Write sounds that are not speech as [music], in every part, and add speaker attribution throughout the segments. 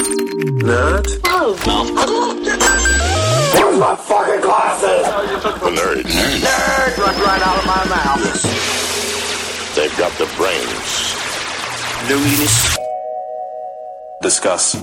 Speaker 1: Nerd.
Speaker 2: Where's my fucking glasses?
Speaker 3: Nerds.
Speaker 2: Nerd runs right out of my mouth.
Speaker 3: They've got the brains.
Speaker 1: Nerdiness. Discuss.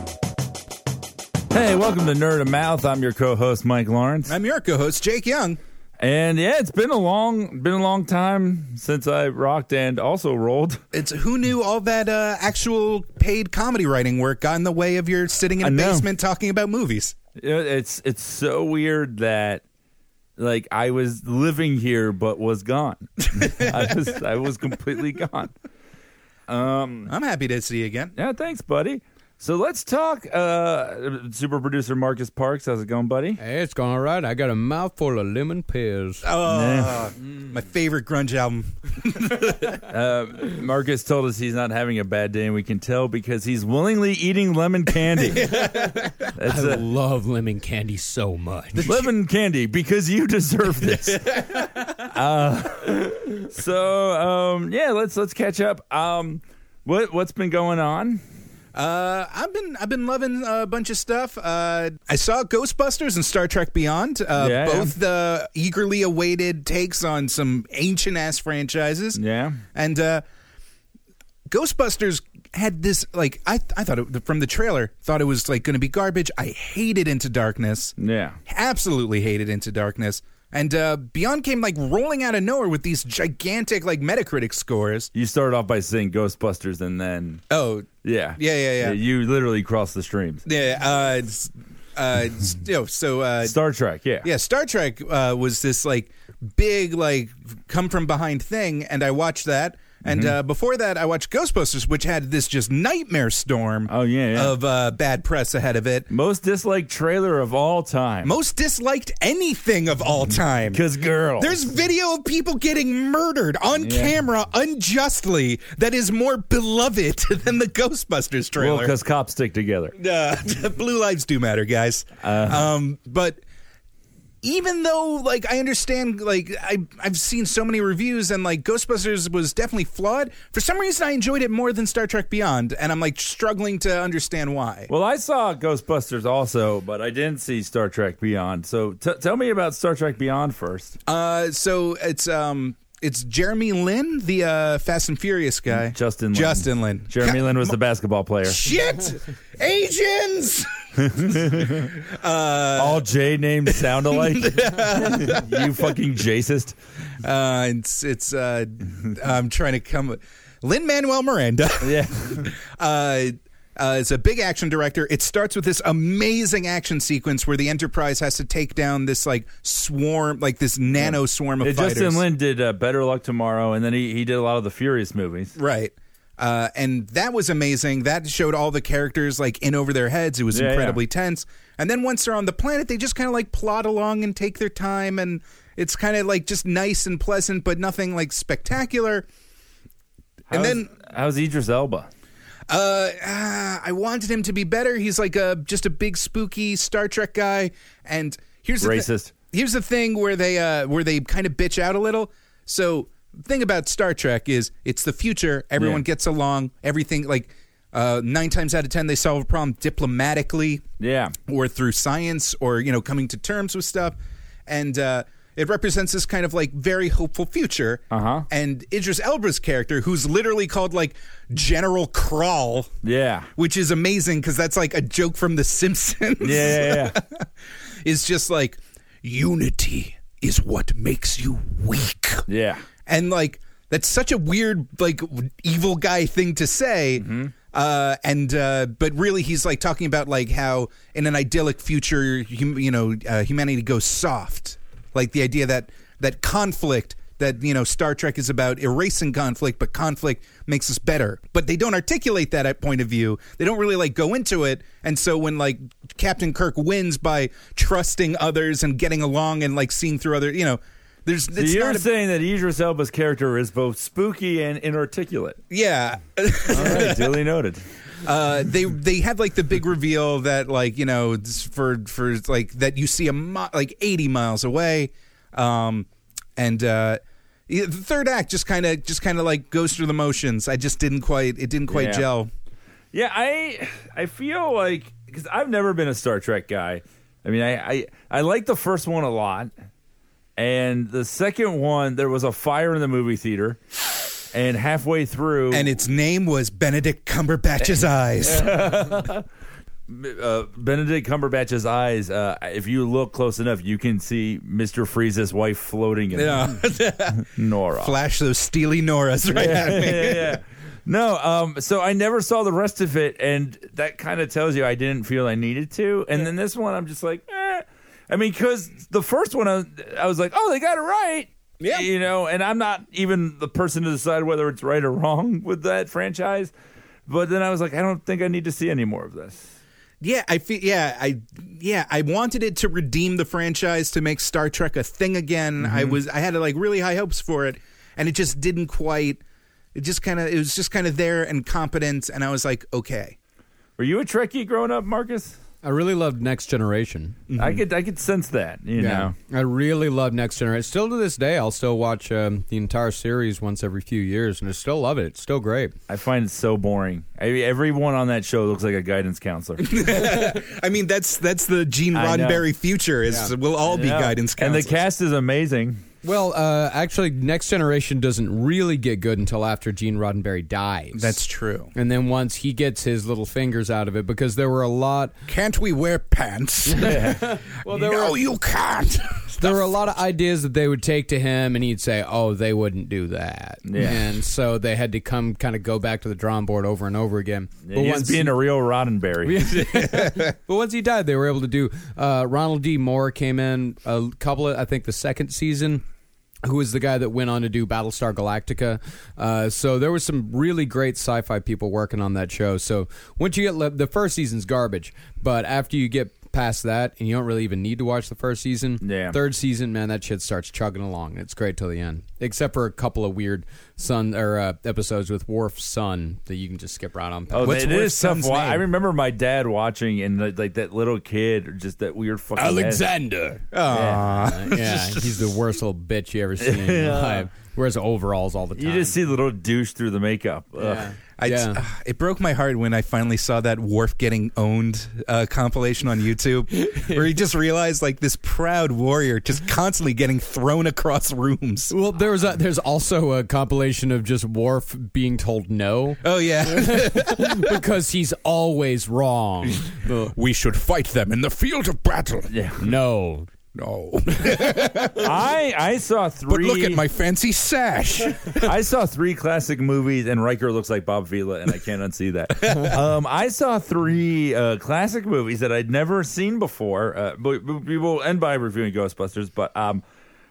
Speaker 4: Hey, welcome to Nerd of Mouth. I'm your co-host Mike Lawrence,
Speaker 5: I'm your co-host Jake Young.
Speaker 4: and yeah, it's been a long, been a long time since I rocked and also rolled.
Speaker 5: It's who knew all that uh, actual paid comedy writing work got in the way of your sitting in
Speaker 4: I
Speaker 5: a
Speaker 4: know.
Speaker 5: basement talking about movies.
Speaker 4: You know, It's it's so weird that like I was living here but was gone. [laughs] I was I was completely gone.
Speaker 5: I'm happy to see you again.
Speaker 4: Yeah, thanks, buddy. So let's talk. Uh, super producer Marcus Parks, how's it going, buddy?
Speaker 6: Hey, it's going all right. I got a mouthful of lemon pears.
Speaker 5: Oh, mm. My favorite grunge album.
Speaker 4: Marcus told us he's not having a bad day, and we can tell because he's willingly eating lemon candy. That's
Speaker 6: I
Speaker 4: a,
Speaker 6: love lemon candy so much.
Speaker 4: lemon candy because you deserve
Speaker 5: [laughs]
Speaker 4: this. uh, so um, yeah, let's let's catch up. Um, what what's been going on?
Speaker 5: Uh, I've been I've been loving a bunch of stuff. Uh, I saw Ghostbusters and Star Trek Beyond, uh,
Speaker 4: Yeah.
Speaker 5: both the eagerly awaited takes on some ancient ass franchises.
Speaker 4: Yeah.
Speaker 5: and uh, Ghostbusters had this like I I thought it, from the trailer thought it was like going to be garbage. I hated Into Darkness.
Speaker 4: Yeah.
Speaker 5: absolutely hated Into Darkness. And uh, Beyond came like rolling out of nowhere with these gigantic like Metacritic scores.
Speaker 4: You started off by saying Ghostbusters, and then
Speaker 5: Oh
Speaker 4: yeah,
Speaker 5: Yeah, yeah, yeah.
Speaker 4: You literally crossed the streams.
Speaker 5: yeah, uh, it's- uh, it's- you know, so uh,
Speaker 4: Star Trek, yeah,
Speaker 5: yeah, Star Trek uh, was this like big like come from behind thing, and I watched that. And
Speaker 4: Mm-hmm.
Speaker 5: uh, before that, I watched Ghostbusters, which had this just nightmare storm.
Speaker 4: Oh, yeah, yeah.
Speaker 5: of uh, bad press ahead of it.
Speaker 4: Most disliked trailer of all time.
Speaker 5: Most disliked anything of all time.
Speaker 4: Cause girl,
Speaker 5: There's video of people getting murdered on camera unjustly that is more beloved [laughs] than the Ghostbusters
Speaker 4: well,
Speaker 5: trailer.
Speaker 4: cause cops stick together.
Speaker 5: Uh, [laughs] blue lives do matter, guys.
Speaker 4: Uh-huh.
Speaker 5: um, but even though, like, I understand, like, I I've seen so many reviews, and like, Ghostbusters was definitely flawed. For some reason, I enjoyed it more than Star Trek Beyond, and I'm like struggling to understand why.
Speaker 4: Well, I saw Ghostbusters also, but I didn't see Star Trek Beyond. So t- tell me about Star Trek Beyond first.
Speaker 5: Uh, so it's um. It's Jeremy Lin, the uh, Fast and Furious guy.
Speaker 4: Justin Lin.
Speaker 5: Justin Lin.
Speaker 4: Jeremy Lin was the basketball player.
Speaker 5: Shit!
Speaker 4: [laughs]
Speaker 5: Asians! Uh,
Speaker 4: All J names sound
Speaker 5: [laughs]
Speaker 4: alike. you fucking Jacist.
Speaker 5: Uh, it's, it's, uh, I'm trying to come. Lin Manuel Miranda. [laughs]
Speaker 4: Yeah.
Speaker 5: uh, uh, is a big action director. It starts with this amazing action sequence where the Enterprise has to take down this like swarm, like this nano swarm of
Speaker 4: Yeah,
Speaker 5: fighters.
Speaker 4: Justin Lin did uh, Better Luck Tomorrow, and then he, he did a lot of the Furious movies.
Speaker 5: Right. Uh, and that was amazing. That showed all the characters like in over their heads. It was
Speaker 4: Yeah,
Speaker 5: incredibly tense. And then once they're on the planet, they just kind of like plod along and take their time. And it's kind of like just nice and pleasant, but nothing like spectacular.
Speaker 4: How's-
Speaker 5: and then
Speaker 4: how's Idris Elba?
Speaker 5: uh, ah, I wanted him to be better. He's like a just a big spooky Star Trek guy. And here's the thi-
Speaker 4: Racist.
Speaker 5: here's the thing where they uh, where they kind of bitch out a little. So thing about Star Trek is it's the future. Everyone
Speaker 4: Yeah.
Speaker 5: gets along. Everything like uh, nine times out of ten they solve a problem diplomatically
Speaker 4: Yeah.
Speaker 5: or through science or you know coming to terms with stuff and uh it represents this kind of like very hopeful future.
Speaker 4: Uh-huh.
Speaker 5: And Idris Elba's character, who's literally called like General Crawl,
Speaker 4: Yeah.
Speaker 5: which is amazing because that's like a joke from The Simpsons.
Speaker 4: Yeah, yeah, yeah.
Speaker 5: [laughs] is just like unity is what makes you weak.
Speaker 4: Yeah.
Speaker 5: And like that's such a weird like w- evil guy thing to say.
Speaker 4: Mm-hmm.
Speaker 5: Uh, and uh, but really, he's like talking about like how in an idyllic future, hum- you know, uh, humanity goes soft. Like the idea that that conflict that you know Star Trek is about erasing conflict, but conflict makes us better. But they don't articulate that at point of view. They don't really like go into it. And so when like Captain Kirk wins by trusting others and getting along and like seeing through other, you know, there's
Speaker 4: So
Speaker 5: it's
Speaker 4: you're
Speaker 5: not a-
Speaker 4: saying that Idris Elba's character is both spooky and
Speaker 5: [laughs]
Speaker 4: inarticulate.
Speaker 5: yeah.
Speaker 4: All right, duly noted.
Speaker 5: uh, they they had like the big reveal that like you know it's for for like that you see a mi- like eighty miles away, um, and uh, yeah, the third act just kind of just kind of like goes through the motions. I just didn't quite it didn't quite
Speaker 4: Yeah.
Speaker 5: gel.
Speaker 4: Yeah, I I feel like because I've never been a Star Trek guy. I mean, I, I I like the first one a lot, and the second one there was a fire in the movie theater, and halfway through,
Speaker 5: And its name was
Speaker 4: [laughs]
Speaker 5: Benedict Cumberbatch's eyes.
Speaker 4: uh, Benedict Cumberbatch's eyes. Uh, if you look close enough, you can see Mister Freeze's wife floating in
Speaker 5: Yeah.
Speaker 4: Nora.
Speaker 5: Flash those steely Noras right at me.
Speaker 4: yeah, yeah. No, um, so I never saw the rest of it, and that kind of tells you I didn't feel I needed to. And then this one, I'm just like, eh. I mean, because the first one, I, I was like, oh, they got it right.
Speaker 5: Yeah.
Speaker 4: You know, and I'm not even the person to decide whether it's right or wrong [laughs] with that franchise. But then I was like, I don't think I need to see any more of this.
Speaker 5: Yeah, I feel. Yeah, I. Yeah, I wanted it to redeem the franchise to make Star Trek a thing again. I was. I had like really high hopes for it, and it just didn't quite. It just kind of. It was just kind of there and competent, and I was like, okay.
Speaker 4: Were you a Trekkie growing up, Marcus?
Speaker 6: I really loved Next Generation.
Speaker 5: Mm-hmm.
Speaker 4: I could I could sense that, you know.
Speaker 6: I really love Next Generation. Still to this day, I'll still watch um, the entire series once every few years, and I still love it. It's still great.
Speaker 4: I find it so boring. I mean, everyone on that show looks like a guidance
Speaker 5: [laughs]
Speaker 4: counselor.
Speaker 5: I mean, that's that's the Gene
Speaker 4: I know.
Speaker 5: Roddenberry future. Is we'll all be
Speaker 4: Yeah.
Speaker 5: guidance
Speaker 4: And
Speaker 5: counselors.
Speaker 4: the cast is amazing.
Speaker 6: Well, uh, actually, Next Generation doesn't really get good until after Gene Roddenberry dies.
Speaker 5: That's true.
Speaker 6: and then once he gets his little fingers out of it, because there were a lot,
Speaker 5: Can't we wear [laughs] pants?
Speaker 6: well, there
Speaker 5: no,
Speaker 6: were
Speaker 5: you can't.
Speaker 6: there were a lot of ideas that they would take to him, and he'd say, "Oh, they wouldn't do that,"
Speaker 4: Yeah.
Speaker 6: and so they had to come kind of go back to the drawing board over and over again. But
Speaker 4: He's
Speaker 6: once
Speaker 4: being a real Roddenberry.
Speaker 6: But once he died, they were able to do. Uh, Ronald D. Moore came in a couple of, I think, the second season. Who was the guy that went on to do Battlestar Galactica? Uh, so there was some really great sci-fi people working on that show. So once you get le- the first season's garbage, but after you get past that, and you don't really even need to watch the first season.
Speaker 4: Yeah.
Speaker 6: Third season, man, that shit starts chugging along, and it's great till the end, except for a couple of weird sun or uh, episodes with Worf's son that you can just skip right on.
Speaker 4: Oh,
Speaker 6: past.
Speaker 5: What's
Speaker 4: it
Speaker 5: Worf's
Speaker 4: is tough.
Speaker 5: son's
Speaker 4: wa-
Speaker 5: name?
Speaker 4: I remember my dad watching and like, like that little kid, or just that weird fucking
Speaker 5: [laughs]
Speaker 6: Uh, yeah, he's the worst little bitch you ever seen in your life. Wears overalls all the
Speaker 4: head. You
Speaker 6: time.
Speaker 4: just see the little douche through the makeup. Ugh.
Speaker 5: I,
Speaker 6: Yeah.
Speaker 5: ah, it broke my heart when I finally saw that Worf getting owned uh, compilation on YouTube,
Speaker 4: [laughs]
Speaker 5: where he just realized like this proud warrior just constantly getting thrown across rooms.
Speaker 6: Well, there was a, there's also a compilation of just Worf being told
Speaker 5: [laughs]
Speaker 6: no
Speaker 4: [laughs]
Speaker 5: Oh yeah,
Speaker 6: because he's always wrong.
Speaker 5: [laughs]
Speaker 6: The-
Speaker 5: we should fight them in the field of battle.
Speaker 6: no.
Speaker 5: No,
Speaker 4: [laughs] I I saw three.
Speaker 5: fancy sash.
Speaker 4: [laughs] I saw three classic movies, and Riker looks like Bob Vila, and I can't unsee that. um, I saw three uh, classic movies that I'd never seen before. Uh, but but we will end by reviewing Ghostbusters, but um,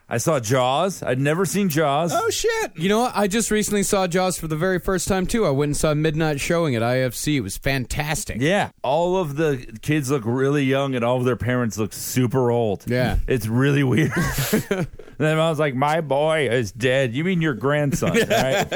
Speaker 4: I saw Jaws. I'd never seen Jaws.
Speaker 5: oh shit!
Speaker 6: You know what? I just recently saw Jaws for the very first time too. I went and saw Midnight Showing at IFC. It was fantastic.
Speaker 4: Yeah, all of the kids look really young, and all of their parents look super old.
Speaker 6: Yeah.
Speaker 4: it's really weird. [laughs] and then I was like, "My boy is dead." You mean your grandson, right?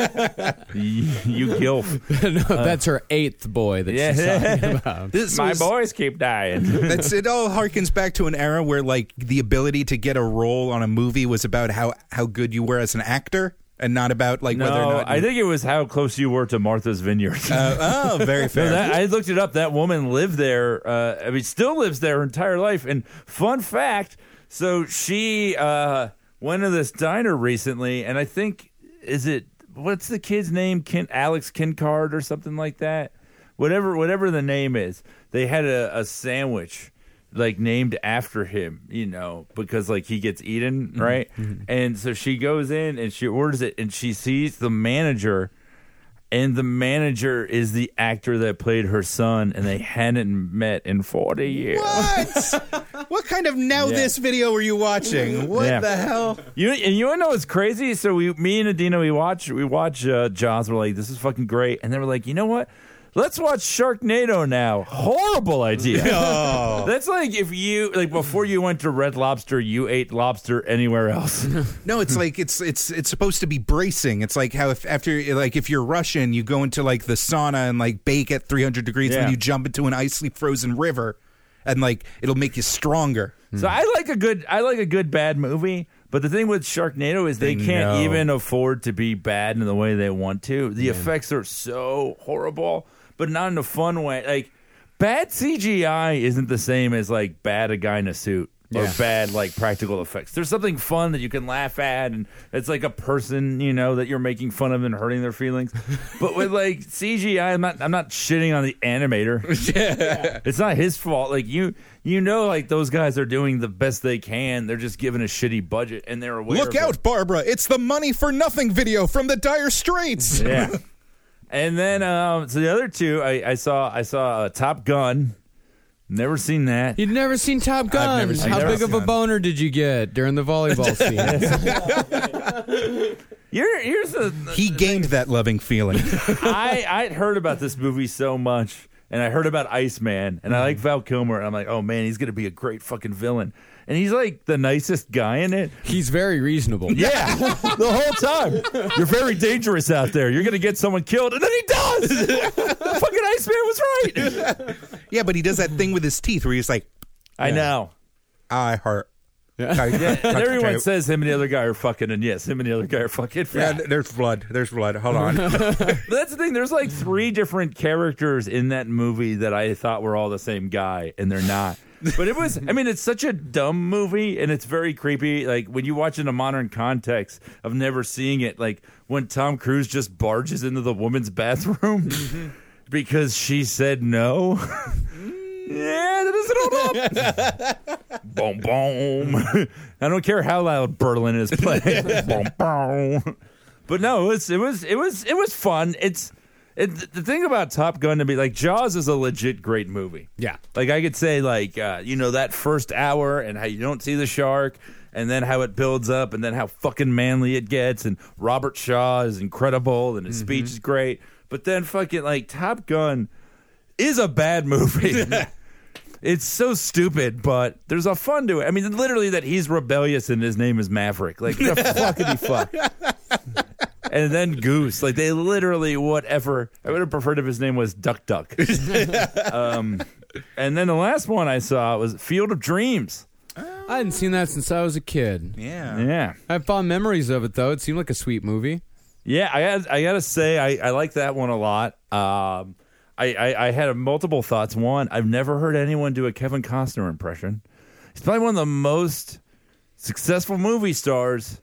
Speaker 4: you, you gilf.
Speaker 6: no, [laughs] that's her eighth boy that she's
Speaker 4: Yeah. [laughs]
Speaker 6: talking about.
Speaker 5: This
Speaker 4: My
Speaker 5: was-
Speaker 4: boys keep dying.
Speaker 5: That's it. All harkens back to an era where like the ability to get a role on a movie was about how how good you were as an actor, and not about like whether or
Speaker 4: no, [laughs]
Speaker 5: not.
Speaker 4: I think it was how close you were to Martha's Vineyard.
Speaker 5: Uh, oh, very fair.
Speaker 4: No, that- I looked it up. That woman lived there. Uh, I mean, still lives there her entire life. And fun fact: so she uh, went to this diner recently, and I think is it what's the kid's name? Ken, Alex Kincard or something like that. Whatever, whatever the name is, they had a, a sandwich like named after him, you know, because like he gets eaten, right? And so she goes in and she orders it, and she sees the manager and the manager is the actor that played her son, and they hadn't met in 40 years.
Speaker 5: What? what kind of now
Speaker 4: Yeah.
Speaker 5: [laughs] this video were you watching? What
Speaker 4: Yeah.
Speaker 5: the hell?
Speaker 4: [laughs] You and you wanna know what's crazy? So we, me and Adina, we watch we watch uh, Jaws. We're like, this is fucking great, and then we're like, you know what? Let's watch Sharknado now. Horrible idea. That's like if you like before you went to Red Lobster, you ate lobster anywhere else.
Speaker 5: No,
Speaker 4: Hmm.
Speaker 5: it's like it's it's it's supposed to be bracing. It's like how if after like if you're Russian, you go into like the sauna and like bake at 300 degrees, and
Speaker 4: Yeah.
Speaker 5: then you jump into an icy frozen river, and like it'll make you stronger.
Speaker 4: So I like a good I like a good bad movie, but the thing with Sharknado is they, can't
Speaker 5: know.
Speaker 4: even afford to be bad in the way they want to. The effects are so horrible. but not in a fun way. Like bad CGI isn't the same as like bad a guy in a suit or
Speaker 6: Yeah.
Speaker 4: bad like practical effects. There's something fun that you can laugh at, and it's like a person you know that you're making fun of and hurting their feelings. but with like [laughs] CGI, I'm not I'm not shitting on the animator. It's not his fault. Like you, you know, like those guys are doing the best they can. They're just given a shitty budget, and they're aware.
Speaker 5: Look
Speaker 4: of it.
Speaker 5: out, Barbara! It's the money for nothing video from the Dire Straits.
Speaker 4: Yeah. and then um, so the other two, I, I saw. I saw uh, Top Gun. Never seen that.
Speaker 6: You'd never seen Top Gun.
Speaker 5: never seen
Speaker 6: How
Speaker 4: Top
Speaker 6: big of a
Speaker 5: Gun.
Speaker 6: boner did you get during the volleyball
Speaker 5: [laughs]
Speaker 6: scene?
Speaker 4: You're, here's the.
Speaker 5: [laughs] He gained that loving feeling. [laughs]
Speaker 4: I I'd heard about this movie so much, and I heard about Iceman, and I
Speaker 5: Mm-hmm.
Speaker 4: like Val Kilmer, and I'm like, oh man, he's gonna be a great fucking villain, and he's like the nicest guy in it.
Speaker 6: He's very reasonable.
Speaker 4: Yeah, [laughs] the whole time. You're very dangerous out there. You're going to get someone killed. And then he does. [laughs] Fucking Iceman was right.
Speaker 5: yeah, but he does that thing with his teeth where he's like,
Speaker 4: I know.
Speaker 5: "I hurt."
Speaker 4: [laughs] And everyone says him and the other guy are fucking, and yes, him and the other guy are fucking.
Speaker 5: Yeah, there's blood. There's blood.
Speaker 4: [laughs]
Speaker 5: Hold on.
Speaker 4: That's the thing. There's like three different characters in that movie that I thought were all the same guy, and they're not. But it was, I mean, it's such a dumb movie and it's very creepy. Like when you watch it in a modern context of never seeing it, like when Tom Cruise just barges into the woman's bathroom [laughs] because she said no. yeah, that doesn't hold up. [laughs] boom, boom. [laughs] I don't care how loud Berlin is playing. [laughs] boom, boom. But no, it was it was it was it was fun. It's it, the thing about Top Gun to me, like Jaws is a legit great movie.
Speaker 6: Yeah.
Speaker 4: like I could say like uh, you know that first hour and how you don't see the shark. And then how it builds up, and then how fucking manly it gets, and Robert Shaw is incredible, and his speech is great. But then fucking like Top Gun is a bad movie. It's so stupid, but there's a fun to it. I mean, literally that he's rebellious and his name is Maverick. Like the fuckity fuck. And then Goose. Like they literally whatever. I would have preferred if his name was Duck Duck. um, and then the last one I saw was Field of Dreams.
Speaker 6: I hadn't seen that since I was a kid.
Speaker 5: yeah.
Speaker 4: Yeah.
Speaker 6: I have fond memories of it though. It seemed like a sweet [laughs] movie.
Speaker 4: Yeah, I got I gotta say I, I like that one a lot. Um, I, I I had multiple thoughts. One, I've never heard anyone do a Kevin Costner impression. He's probably one of the most successful movie stars.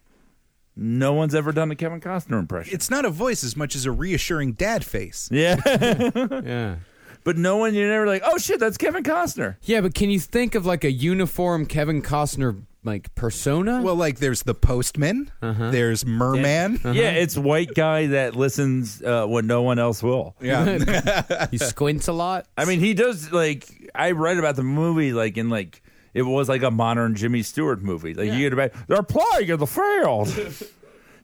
Speaker 4: No one's ever done a Kevin Costner impression.
Speaker 5: It's not a voice as much as a reassuring dad face.
Speaker 4: [laughs] yeah,
Speaker 6: Yeah.
Speaker 4: but no one you're never like, oh shit, that's Kevin Costner.
Speaker 6: Yeah, but can you think of like a uniform Kevin Costner like persona?
Speaker 5: Well, like there's the postman, there's merman.
Speaker 4: Uh-huh. Yeah, it's white guy that listens uh, when no one else will.
Speaker 5: Yeah.
Speaker 6: [laughs] he squints a lot.
Speaker 4: I mean, he does like I read about the movie like in like it was like a modern Jimmy Stewart movie. Like you get about they're playing in the field.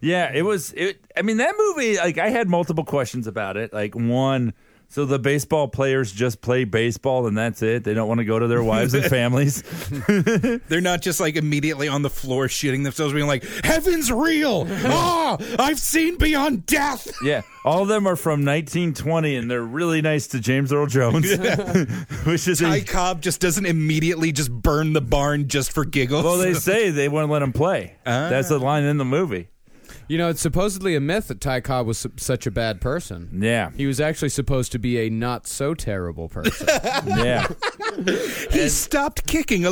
Speaker 4: yeah, it was. It. I mean, that movie. Like I had multiple questions about it. Like one. So the baseball players just play baseball and that's it. They don't want to go to their wives and families.
Speaker 5: [laughs] They're not just like immediately on the floor shitting themselves, being like, "Heaven's real!
Speaker 4: Uh-huh.
Speaker 5: Ah, I've seen beyond death."
Speaker 4: Yeah, all of them are from 1920 and they're really nice to James Earl Jones, [laughs] which is
Speaker 5: Ty
Speaker 4: a,
Speaker 5: Cobb just doesn't immediately just burn the barn just for giggles.
Speaker 4: well they say they wouldn't let him play. That's the line in the movie.
Speaker 6: You know, it's supposedly a myth that Ty Cobb was su- such a bad person.
Speaker 4: Yeah,
Speaker 6: He was actually supposed to be a not so terrible person. [laughs]
Speaker 4: yeah.
Speaker 5: he stopped kicking a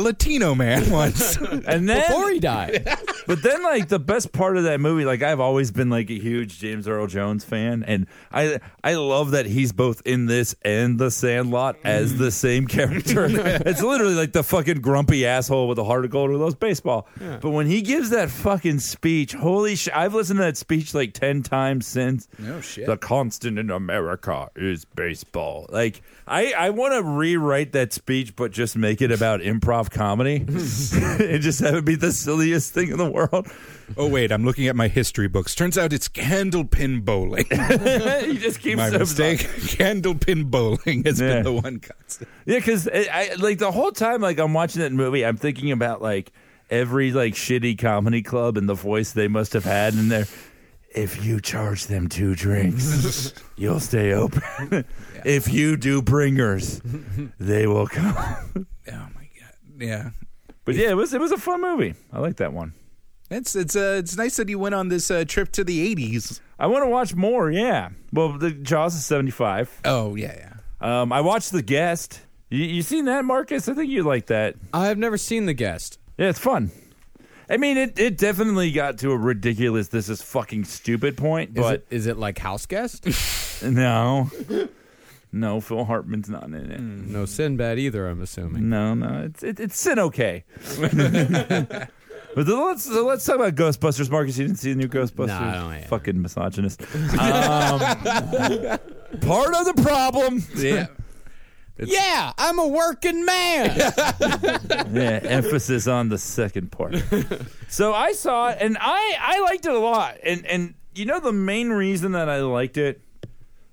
Speaker 4: [laughs]
Speaker 5: Latino man once.
Speaker 4: And then
Speaker 6: Before he died.
Speaker 4: [laughs] But then, like the best part of that movie, like I've always been like a huge James Earl Jones fan, and I I love that he's both in this and The Sandlot as the same character.
Speaker 5: [laughs]
Speaker 4: it's literally like the fucking grumpy asshole with a heart of gold who loves baseball. But when he gives that fucking speech, holy shit! I've listened to that speech like ten times since.
Speaker 5: No shit.
Speaker 4: The constant in America is baseball. Like I I want to rewrite that speech, but just make it about improv comedy, [laughs] and just have it be the silliest thing in the [laughs] world.
Speaker 5: oh wait, I'm looking at my history books. Turns out it's candlepin bowling.
Speaker 4: [laughs] he just keeps
Speaker 5: my
Speaker 4: up-
Speaker 5: mistake. [laughs] candlepin bowling has
Speaker 4: Yeah.
Speaker 5: been the one constant.
Speaker 4: Yeah, because I, I like the whole time like I'm watching that movie, I'm thinking about like every like shitty comedy club and the voice they must have had in there. If you charge them two
Speaker 5: [laughs]
Speaker 4: drinks, you'll stay open. If you do bringers, they will come.
Speaker 5: Oh my god. Yeah.
Speaker 4: But yeah, it was it was a fun movie. I like that one.
Speaker 5: It's it's uh, it's nice that you went on this uh, trip to the '80s.
Speaker 4: I want to watch more. Yeah. Well, the Jaws is seventy five.
Speaker 5: Oh yeah, yeah.
Speaker 4: Um, I watched The Guest. You, you seen that, Marcus? I think you like that.
Speaker 6: I've never seen the guest.
Speaker 4: Yeah, it's fun. I mean, it, it definitely got to a ridiculous, this is fucking stupid point,
Speaker 6: Is
Speaker 4: but
Speaker 6: it, is it like house [laughs] guest? [laughs]
Speaker 4: no. No, Phil Hartman's not in it.
Speaker 6: no Sinbad either. I'm assuming.
Speaker 4: No, no, it's it, it's
Speaker 6: [laughs]
Speaker 4: sin [laughs] okay. but then let's so let's talk about Ghostbusters. Marcus, you didn't see the new Ghostbusters?
Speaker 6: No, I don't either.
Speaker 4: Fucking misogynist. um, part of the problem.
Speaker 5: Yeah.
Speaker 6: Yeah, I'm a working man.
Speaker 4: yeah, emphasis on the second part. so I saw it, and I I liked it a lot. And and you know the main reason that I liked it,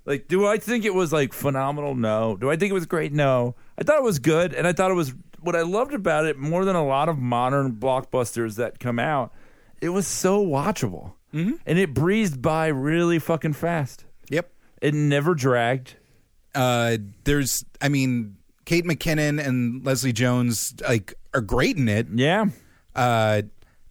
Speaker 4: like, do I think it was like phenomenal? No. Do I think it was great? No. I thought it was good, and I thought it was what I loved about it more than a lot of modern blockbusters that come out. It was so watchable, and it breezed by really fucking fast.
Speaker 5: yep.
Speaker 4: It never dragged.
Speaker 5: Uh, there's, I mean, Kate McKinnon and Leslie Jones like are great in it.
Speaker 4: Yeah.
Speaker 5: Uh,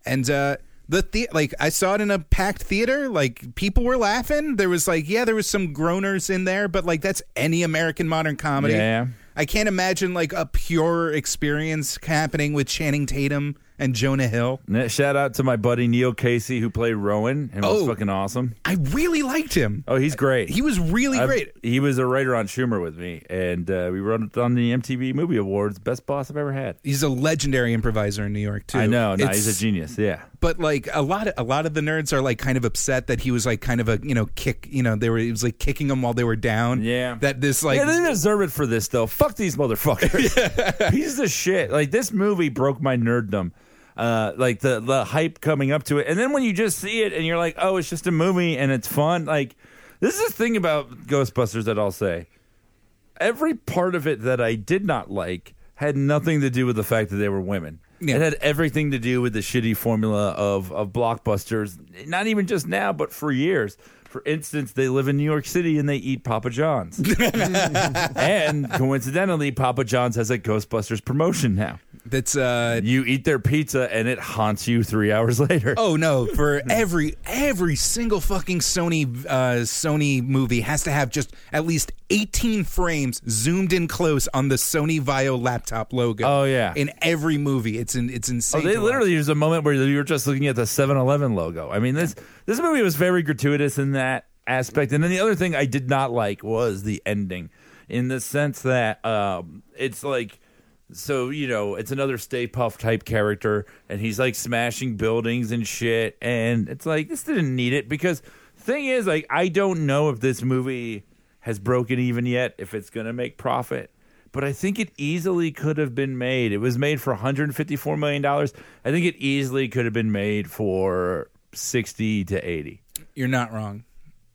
Speaker 5: and uh, the, the like I saw it in a packed theater. Like people were laughing. There was like yeah, there was some groaners in there, but like that's any American modern comedy.
Speaker 4: Yeah.
Speaker 5: I can't imagine like a pure experience happening with Channing Tatum and Jonah Hill.
Speaker 4: And Shout out to my buddy Neil Casey who played Rowan and was
Speaker 5: Oh.
Speaker 4: fucking awesome.
Speaker 5: I really liked him.
Speaker 4: Oh, he's great.
Speaker 5: He was really
Speaker 4: I've-
Speaker 5: great.
Speaker 4: He was a writer on Schumer with me, and uh, we wrote it on the MTV Movie Awards. Best boss I've ever had.
Speaker 5: He's a legendary improviser in New York too.
Speaker 4: I know. No,
Speaker 5: It's-
Speaker 4: he's a genius. Yeah.
Speaker 5: but like a lot of a lot of the nerds are like kind of upset that he was like kind of a you know kick you know they were he was like kicking them while they were down
Speaker 4: Yeah.
Speaker 5: that this like
Speaker 4: yeah, they didn't deserve it for this though. Fuck these
Speaker 5: [laughs]
Speaker 4: motherfuckers. Pieces of shit. Like this movie broke my nerddom. Uh, like the the hype coming up to it, and then when you just see it and you're like, oh, it's just a movie and it's fun. Like this is the thing about Ghostbusters that I'll say. Every part of it that I did not like had nothing to do with the fact that they were women.
Speaker 5: Yeah.
Speaker 4: It had everything to do with the shitty formula of of blockbusters. Not even just now, but for years. For instance, they live in New York City and they eat Papa
Speaker 5: [laughs]
Speaker 4: John's and coincidentally, Papa John's has a Ghostbusters promotion now.
Speaker 5: that's uh
Speaker 4: You eat their pizza and it haunts you three hours [laughs] later.
Speaker 5: oh no for every every single fucking Sony uh Sony movie has to have just at least 18 frames zoomed in close on the Sony Vio laptop logo
Speaker 4: Oh, yeah.
Speaker 5: in every movie it's in it's insane
Speaker 4: Oh, they
Speaker 5: to watch.
Speaker 4: literally there's a moment where you were just looking at the 7-Eleven logo. I mean, this this movie was very gratuitous in that aspect. And then the other thing I did not like was the ending, in the sense that um, it's like. So you know, it's another Stay Puff type character, and he's like smashing buildings and shit. And it's like this didn't need it because thing is, like, I don't know if this movie has broken even yet, if it's gonna make profit but I think it easily could have been made. It was made for 154 million dollars. I think it easily could have been made for 60 to 80.
Speaker 5: you're not wrong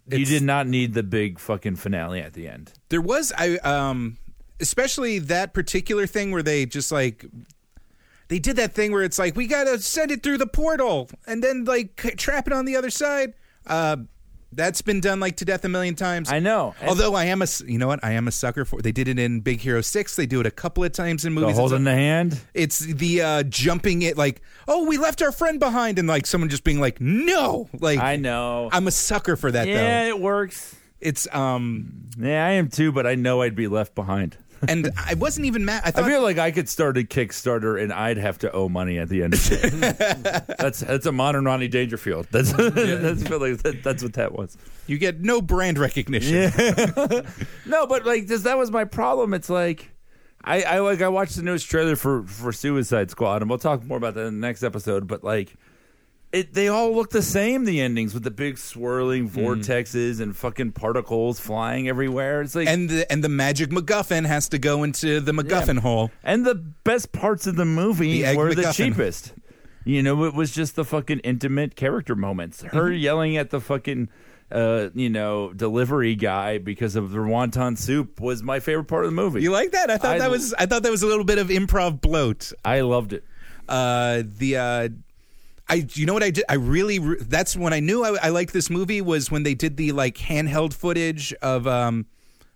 Speaker 4: you did not need the big fucking finale at the end.
Speaker 5: There was I um especially that particular thing where they just like they did that thing where it's like we got to send it through the portal and then like c- trap it on the other side. Uh that's been done like to death a million times.
Speaker 4: I know. And
Speaker 5: Although I am a s- you know what? I am a sucker for They did it in Big Hero 6. They do it a couple of times in
Speaker 4: the
Speaker 5: movies.
Speaker 4: hold in
Speaker 5: it's,
Speaker 4: the hand.
Speaker 5: it's the uh jumping it like, "Oh, we left our friend behind." And like someone just being like, "No." Like
Speaker 4: I know.
Speaker 5: I'm a sucker for that
Speaker 4: yeah,
Speaker 5: though.
Speaker 4: it works.
Speaker 5: It's um
Speaker 4: Yeah, I am too, but I know I'd be left behind.
Speaker 5: and I wasn't even mad. I
Speaker 4: I
Speaker 5: thought
Speaker 4: feel like I could start a Kickstarter and I'd have to owe money at the end. Of it.
Speaker 5: [laughs]
Speaker 4: that's that's a modern Ronnie Dangerfield. That's [laughs] that's, I feel like that, that's what that was.
Speaker 5: You get no brand recognition.
Speaker 4: No, but like this, that was my problem. It's like I, I like I watched the newest trailer for for Suicide Squad, and we'll talk more about that in the next episode. But like, it they all look the same. The endings with the big swirling
Speaker 5: Hmm.
Speaker 4: vortexes and fucking particles flying everywhere. It's like and,
Speaker 5: And the and the magic MacGuffin has to go into the MacGuffin hole.
Speaker 4: the best parts of the movie
Speaker 5: The Egg
Speaker 4: were the
Speaker 5: MacGuffin.
Speaker 4: cheapest. You know, it was just the fucking intimate character moments. Her
Speaker 5: Mm-hmm.
Speaker 4: yelling at the fucking. Uh, you know, delivery guy because of the wonton soup was my favorite part of the movie.
Speaker 5: You like that? I thought
Speaker 4: I-
Speaker 5: that was I thought that was a little bit of improv bloat.
Speaker 4: I loved it.
Speaker 5: Uh, the uh, I you know what I did? I really re- that's when I knew I, I liked this movie was when they did the like handheld footage of um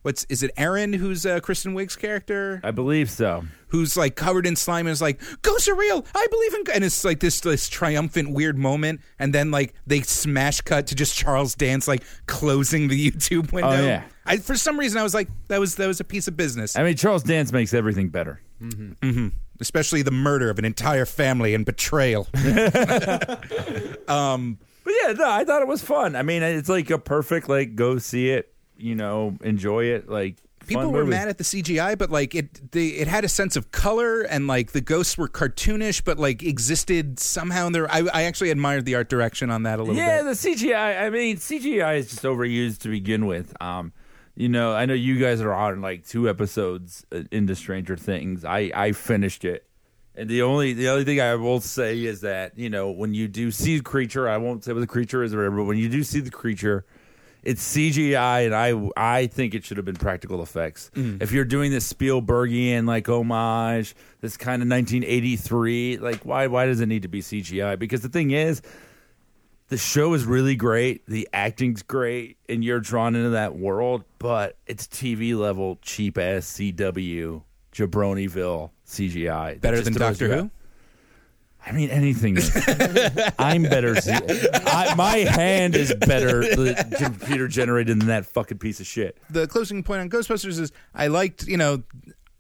Speaker 5: what's is it Aaron who's uh, Kristen Wiig's character?
Speaker 4: I believe so.
Speaker 5: who's like covered in slime and is like, ghosts are real. I believe in. g-" And it's like this this triumphant weird moment, and then like they smash cut to just Charles Dance like closing the [laughs] YouTube window.
Speaker 4: Oh, yeah.
Speaker 5: I, for some reason, I was like, that was that was a piece of business,
Speaker 4: I mean, Charles Dance makes everything better.
Speaker 5: especially the murder of an entire family
Speaker 4: [laughs]
Speaker 5: and betrayal.
Speaker 4: But yeah, no, I thought it was fun. I mean, it's like a perfect like go see it, you know, enjoy it. Like
Speaker 5: People
Speaker 4: fun
Speaker 5: were
Speaker 4: movie.
Speaker 5: mad at the CGI, but like it, they, it had a sense of color, and like the ghosts were cartoonish, but like existed somehow. In there, I, I actually admired the art direction on that a little
Speaker 4: Yeah,
Speaker 5: bit.
Speaker 4: the CGI. I mean, CGI is just overused to begin with. Um, you know, I know you guys are on like two episodes uh, into Stranger Things. I I finished it, and the only the only thing I will say is that you know when you do see the creature, I won't say what the creature is or whatever. But when you do see the creature. It's CGI, and I I think it should have been practical effects.
Speaker 5: Mm.
Speaker 4: If you're doing this Spielbergian like homage, this kind of 1983, like why why does it need to be CGI? Because the thing is, the show is really great, the acting's great, and you're drawn into that world, but it's TV level cheap ass CW Jabroniville CGI. that
Speaker 5: Better
Speaker 4: just
Speaker 5: than
Speaker 4: throws
Speaker 5: Doctor
Speaker 4: you
Speaker 5: Who.
Speaker 4: out. I mean anything.
Speaker 5: [laughs]
Speaker 4: is. I'm better. Z- I, my hand is better computer generated than that fucking piece of shit.
Speaker 5: the closing point on Ghostbusters is I liked, you know,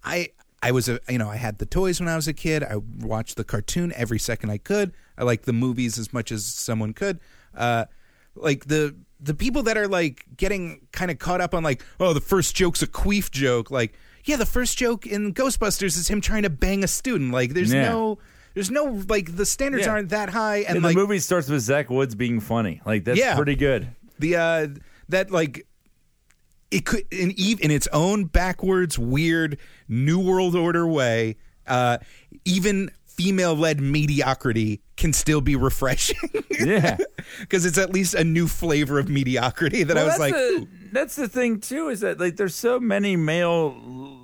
Speaker 5: I I was a you know I had the toys when I was a kid. I watched the cartoon every second I could. I liked the movies as much as someone could. Uh, like the the people that are like getting kind of caught up on like oh the first joke's a queef joke like yeah the first joke in Ghostbusters is him trying to bang a student like there's
Speaker 4: Yeah.
Speaker 5: no there's no like the standards
Speaker 4: Yeah.
Speaker 5: aren't that high and,
Speaker 4: And
Speaker 5: like
Speaker 4: the movie starts with Zach Woods being funny. Like that's
Speaker 5: Yeah.
Speaker 4: pretty
Speaker 5: [laughs]
Speaker 4: good.
Speaker 5: the uh that like it could in eve in its own backwards weird new world order way uh even female led mediocrity can still be refreshing [laughs]
Speaker 4: Yeah.
Speaker 5: because it's at least a new flavor of mediocrity that
Speaker 4: Well,
Speaker 5: i was like
Speaker 4: that's, the, that's the thing too is that like there's so many male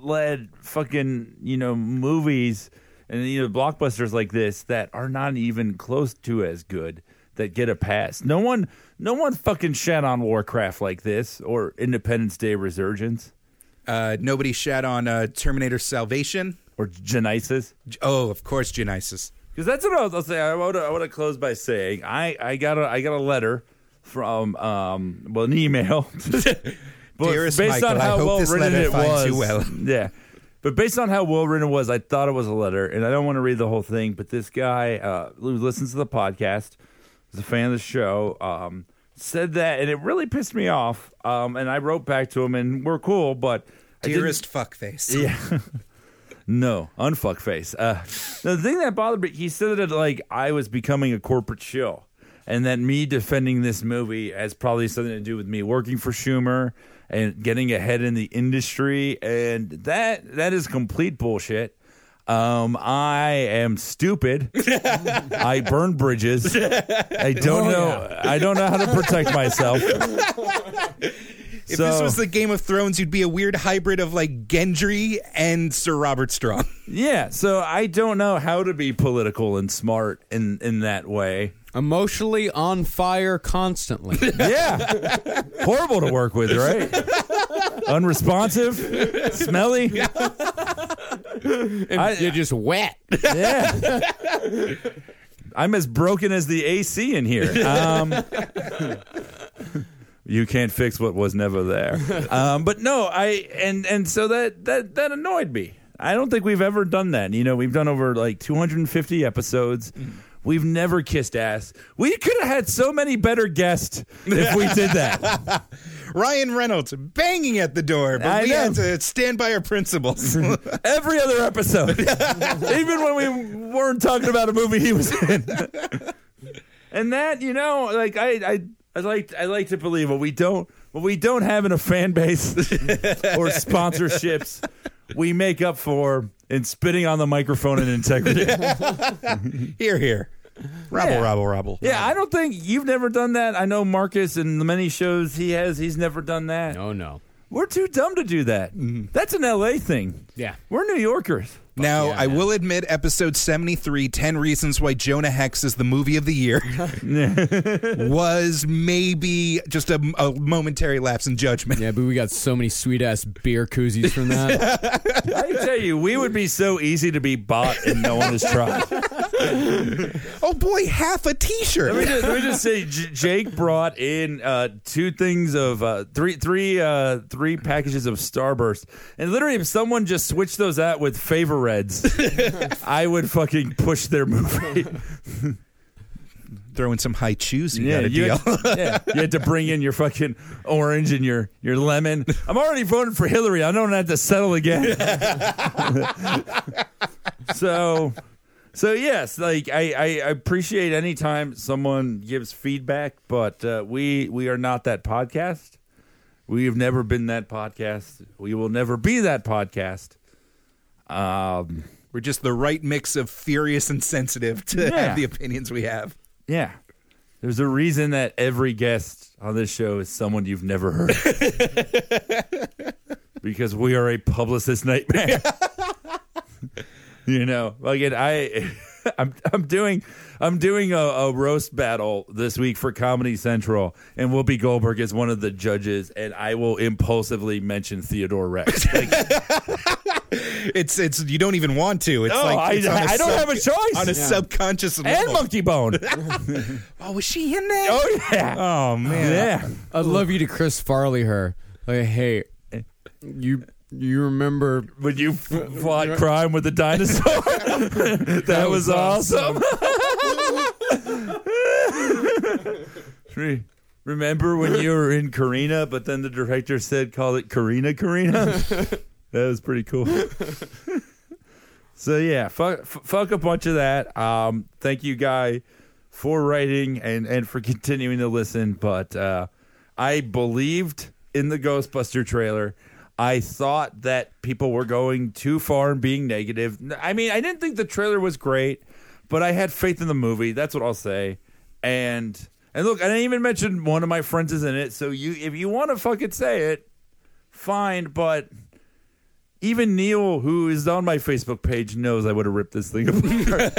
Speaker 4: led fucking you know movies and you know blockbusters like this that are not even close to as good that get a pass. No one no one fucking shat on Warcraft like this or Independence Day Resurgence
Speaker 5: uh nobody shat on uh terminator salvation
Speaker 4: or Genesis.
Speaker 5: J- oh of course genisis
Speaker 4: Because that's what I was, I'll say. I want to. I want to close by saying I, I got a I got a letter from um well an email. [laughs] but
Speaker 5: [laughs] Dearest Michael, I hope this letter finds you well.
Speaker 4: [laughs] yeah. But based on how well written it was, I thought it was a letter, and I don't want to read the whole thing. But this guy uh, who listens to the podcast, is a fan of the show, um, said that, and it really pissed me off. Um, and I wrote back to him, and we're cool, but I didn't-
Speaker 5: dearest fuckface
Speaker 4: no, unfuckface. Uh, no, the thing that bothered me, he said that like I was becoming a corporate shill, and that me defending this movie has probably something to do with me working for Schumer and getting ahead in the industry, and that that is complete bullshit. Um, I am stupid. I burn bridges. I don't
Speaker 5: Oh,
Speaker 4: know. I don't know how to protect myself.
Speaker 5: [laughs] if this was the game of thrones you'd be a weird hybrid of like gendry and sir robert strong
Speaker 4: Yeah, so I don't know how to be political and smart in in that way.
Speaker 6: [laughs] Emotionally on fire [laughs] constantly.
Speaker 4: Yeah. [laughs] Horrible to work with, right? Unresponsive, smelly.
Speaker 6: And
Speaker 4: I-
Speaker 6: you're just wet.
Speaker 4: Yeah. I'm as broken as the AC in here. Um, [laughs] you can't fix what was never there. Um, but no, I and and so that that that annoyed me. I don't think we've ever done that. You know, we've done over like 250 episodes. We've never kissed ass. We could have had so many better guests if we did that.
Speaker 5: Ryan Reynolds banging at the door, but
Speaker 4: I
Speaker 5: we
Speaker 4: know.
Speaker 5: had to stand by
Speaker 4: [laughs]
Speaker 5: our principles.
Speaker 4: Every other episode, [laughs] even when we weren't talking about a movie he was in. and that, you know, like I, I, I like, I like to believe what we don't, what we don't have in a fan base or sponsorships, we make up for in spitting on the microphone and [laughs] integrity.
Speaker 5: here, here. Robble,
Speaker 4: Yeah.
Speaker 5: robble, robble.
Speaker 4: yeah, I don't think you've never done that. I know Marcus and the many shows he has, he's never done that.
Speaker 6: Oh, No, no.
Speaker 4: We're too dumb to do that. That's an LA thing.
Speaker 6: Yeah.
Speaker 4: We're New Yorkers.
Speaker 5: Now,
Speaker 6: yeah,
Speaker 5: I
Speaker 6: man.
Speaker 5: will admit, episode 73, 10 Reasons Why Jonah Hex is the Movie of
Speaker 4: [laughs]
Speaker 5: the Year, was maybe just a, a momentary lapse in judgment.
Speaker 6: Yeah, but we got so many sweet ass beer koozies from [laughs] that.
Speaker 4: I tell you, we would be so easy to be bought and no one has tried.
Speaker 5: Oh boy, half a t
Speaker 4: [laughs]
Speaker 5: shirt.
Speaker 4: Let me just, let me just say, J- Jake brought in uh, two things of uh, three, three, uh, three packages of Starburst, and literally, if someone just switched those out with favor reds, I would fucking push their movie.
Speaker 5: Throw in some high chews, you got a
Speaker 4: you
Speaker 5: deal.
Speaker 4: Had, [laughs] yeah, you had to bring in your fucking orange and your your lemon. I'm already voting for Hillary. I don't have to settle again. [laughs] so, so yes, like I, I appreciate any time someone gives feedback, but uh, we we are not that podcast. We have never been that podcast. We will never be that podcast. Um.
Speaker 5: [laughs] We're just the right mix of furious and sensitive to
Speaker 4: Yeah.
Speaker 5: have the opinions we have.
Speaker 4: Yeah. There's a reason that every guest on this show is someone you've never heard. [laughs] because we are a publicist [laughs] nightmare. you know, again, I [laughs] I'm I'm doing I'm doing a, a roast battle this week for Comedy Central and Whoopi Goldberg is one of the judges and I will impulsively mention Theodore [laughs] Rex. Like,
Speaker 5: It's it's you don't even want to. It's
Speaker 4: No, I-
Speaker 5: like it's on
Speaker 4: Oh, I don't
Speaker 5: sub-
Speaker 4: have a choice.
Speaker 5: on
Speaker 4: Yeah.
Speaker 5: a subconscious
Speaker 4: and
Speaker 5: level.
Speaker 4: Monkey Bone.
Speaker 5: oh, was she in there?
Speaker 4: [laughs] oh yeah.
Speaker 5: Oh, man.
Speaker 4: Yeah.
Speaker 6: I'd love you to Chris Farley her. Like, hey, you you remember
Speaker 4: [laughs] when you f- fought crime with the dinosaur. [laughs] that, was,
Speaker 6: was
Speaker 4: awesome. [laughs] Re- Remember when you were in Karina, but then the director said, call it Karina Karina? [laughs] that was pretty cool. so, yeah, fuck, f- fuck a bunch of that. Um, thank you, Guy, for writing and, and for [laughs] continuing to listen. But uh, I believed in the Ghostbuster trailer. I thought that people were going too far and being negative. I mean, I didn't think the trailer was great, but I had faith in the movie. That's what I'll say. And and look, I didn't even mention one of my friends is in it. So you, if you want to fucking say it, fine. But even Neil, who is on my Facebook page, knows I would have ripped this thing apart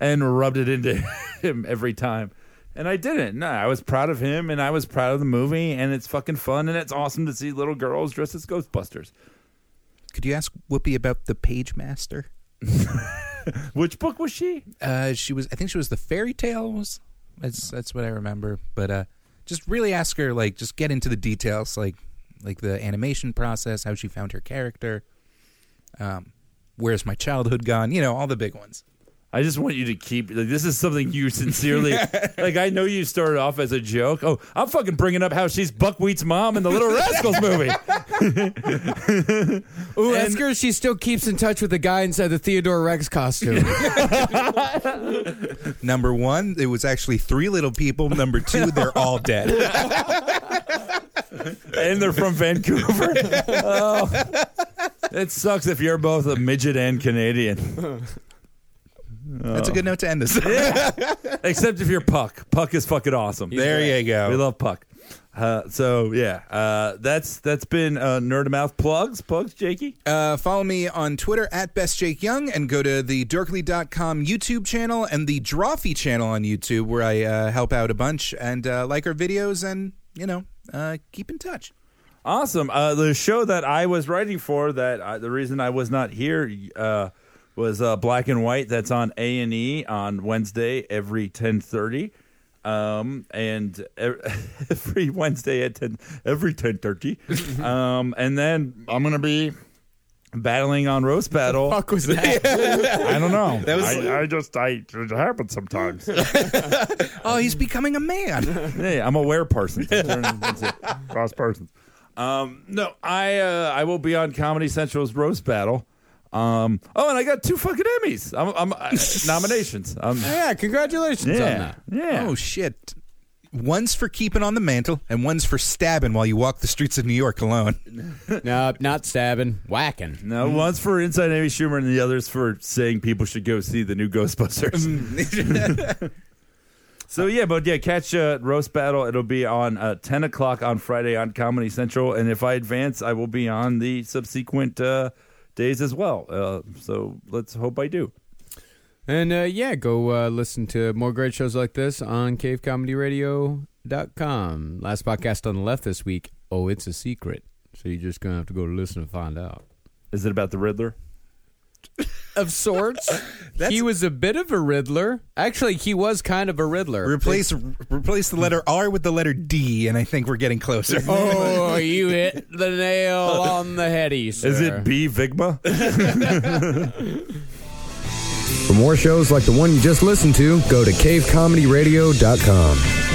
Speaker 4: and rubbed it into him every time. And I didn't. No, I was proud of him and I was proud of the movie and it's fucking fun and it's awesome to see little girls dressed as Ghostbusters.
Speaker 5: Could you ask Whoopi about the page master?
Speaker 4: Which book was she?
Speaker 5: Uh, she was. I think she was the fairy tales. That's that's what I remember. But uh, just really ask her, like, just get into the details, like, like the animation process, how she found her character. Um, where's my childhood gone? You know, all the big ones.
Speaker 4: I just want you to keep like this is something you sincerely like. I know you started off as a joke. Oh, I'm fucking bringing up how she's Buckwheat's mom in the Little Rascals movie. [laughs]
Speaker 6: Ooh, ask her if she still keeps in touch with the guy inside the Theodore Rex costume.
Speaker 5: Number one, it was actually three little people. Number two, they're all [laughs] dead.
Speaker 4: and they're from
Speaker 5: [laughs]
Speaker 4: Vancouver. Oh. It sucks if you're both a midget and Canadian.
Speaker 5: That's a good note to end this.
Speaker 4: Except if you're Puck. Puck is fucking awesome.
Speaker 5: there you
Speaker 4: We
Speaker 5: go.
Speaker 4: love Puck. Uh, so yeah, uh, that's that's been uh, nerd of mouth plugs, plugs, Jakey.
Speaker 5: Uh, follow me on Twitter at bestjakeyoung and go to the dorkly.com YouTube channel and the Drawfee channel on YouTube where I uh, help out a bunch and uh, like our videos and, you know, uh, keep in touch.
Speaker 4: Awesome. Uh, the show that I was writing for, that uh, the reason I was not here uh, was uh, Black and White. That's on A and E on Wednesday every ten thirty, um, and e- [laughs] every Wednesday at ten every ten thirty, um, and then I'm gonna be battling on roast
Speaker 6: [laughs]
Speaker 4: battle.
Speaker 6: fuck was that?
Speaker 4: I don't know. That
Speaker 5: was-
Speaker 4: I, I just I it happens sometimes.
Speaker 5: Oh, he's becoming a man.
Speaker 4: Hey, I'm aware person. Cross person. Um, no, I uh, I will be on Comedy Central's roast battle. Um, oh, and I got two fucking Emmys. I'm, I'm uh, nominations. Um,
Speaker 6: yeah, congratulations on
Speaker 4: yeah,
Speaker 6: that.
Speaker 4: yeah.
Speaker 5: oh, shit. One's for keeping on the mantle and one's for stabbing while you walk the streets of New York alone.
Speaker 6: No, not stabbing, whacking.
Speaker 4: no, one's for Inside Amy Schumer, and the
Speaker 6: [laughs]
Speaker 4: other's for saying people should go see the new Ghostbusters. So yeah, but yeah, catch uh, roast battle. It'll be on uh, ten o'clock on Friday on Comedy Central, and if I advance, I will be on the subsequent uh, days as well. Uh, so let's hope I do.
Speaker 6: And uh, yeah, go uh, listen to more great shows like this on cavecomedyradio.com. Last podcast on the left this week. Oh, it's a secret. So you're just going to have to go listen and find out.
Speaker 4: Is it about the Riddler?
Speaker 6: Of sorts.
Speaker 4: [laughs]
Speaker 6: he was a bit of a riddler. Actually, he was kind of a riddler.
Speaker 5: Replace replace the letter R with the letter D, and I think we're getting closer.
Speaker 4: [laughs]
Speaker 6: Oh, you hit the nail on the heady, sir.
Speaker 4: Is it B Vigma?
Speaker 7: For more shows like the one you just listened to, go to cavecomedyradio.com.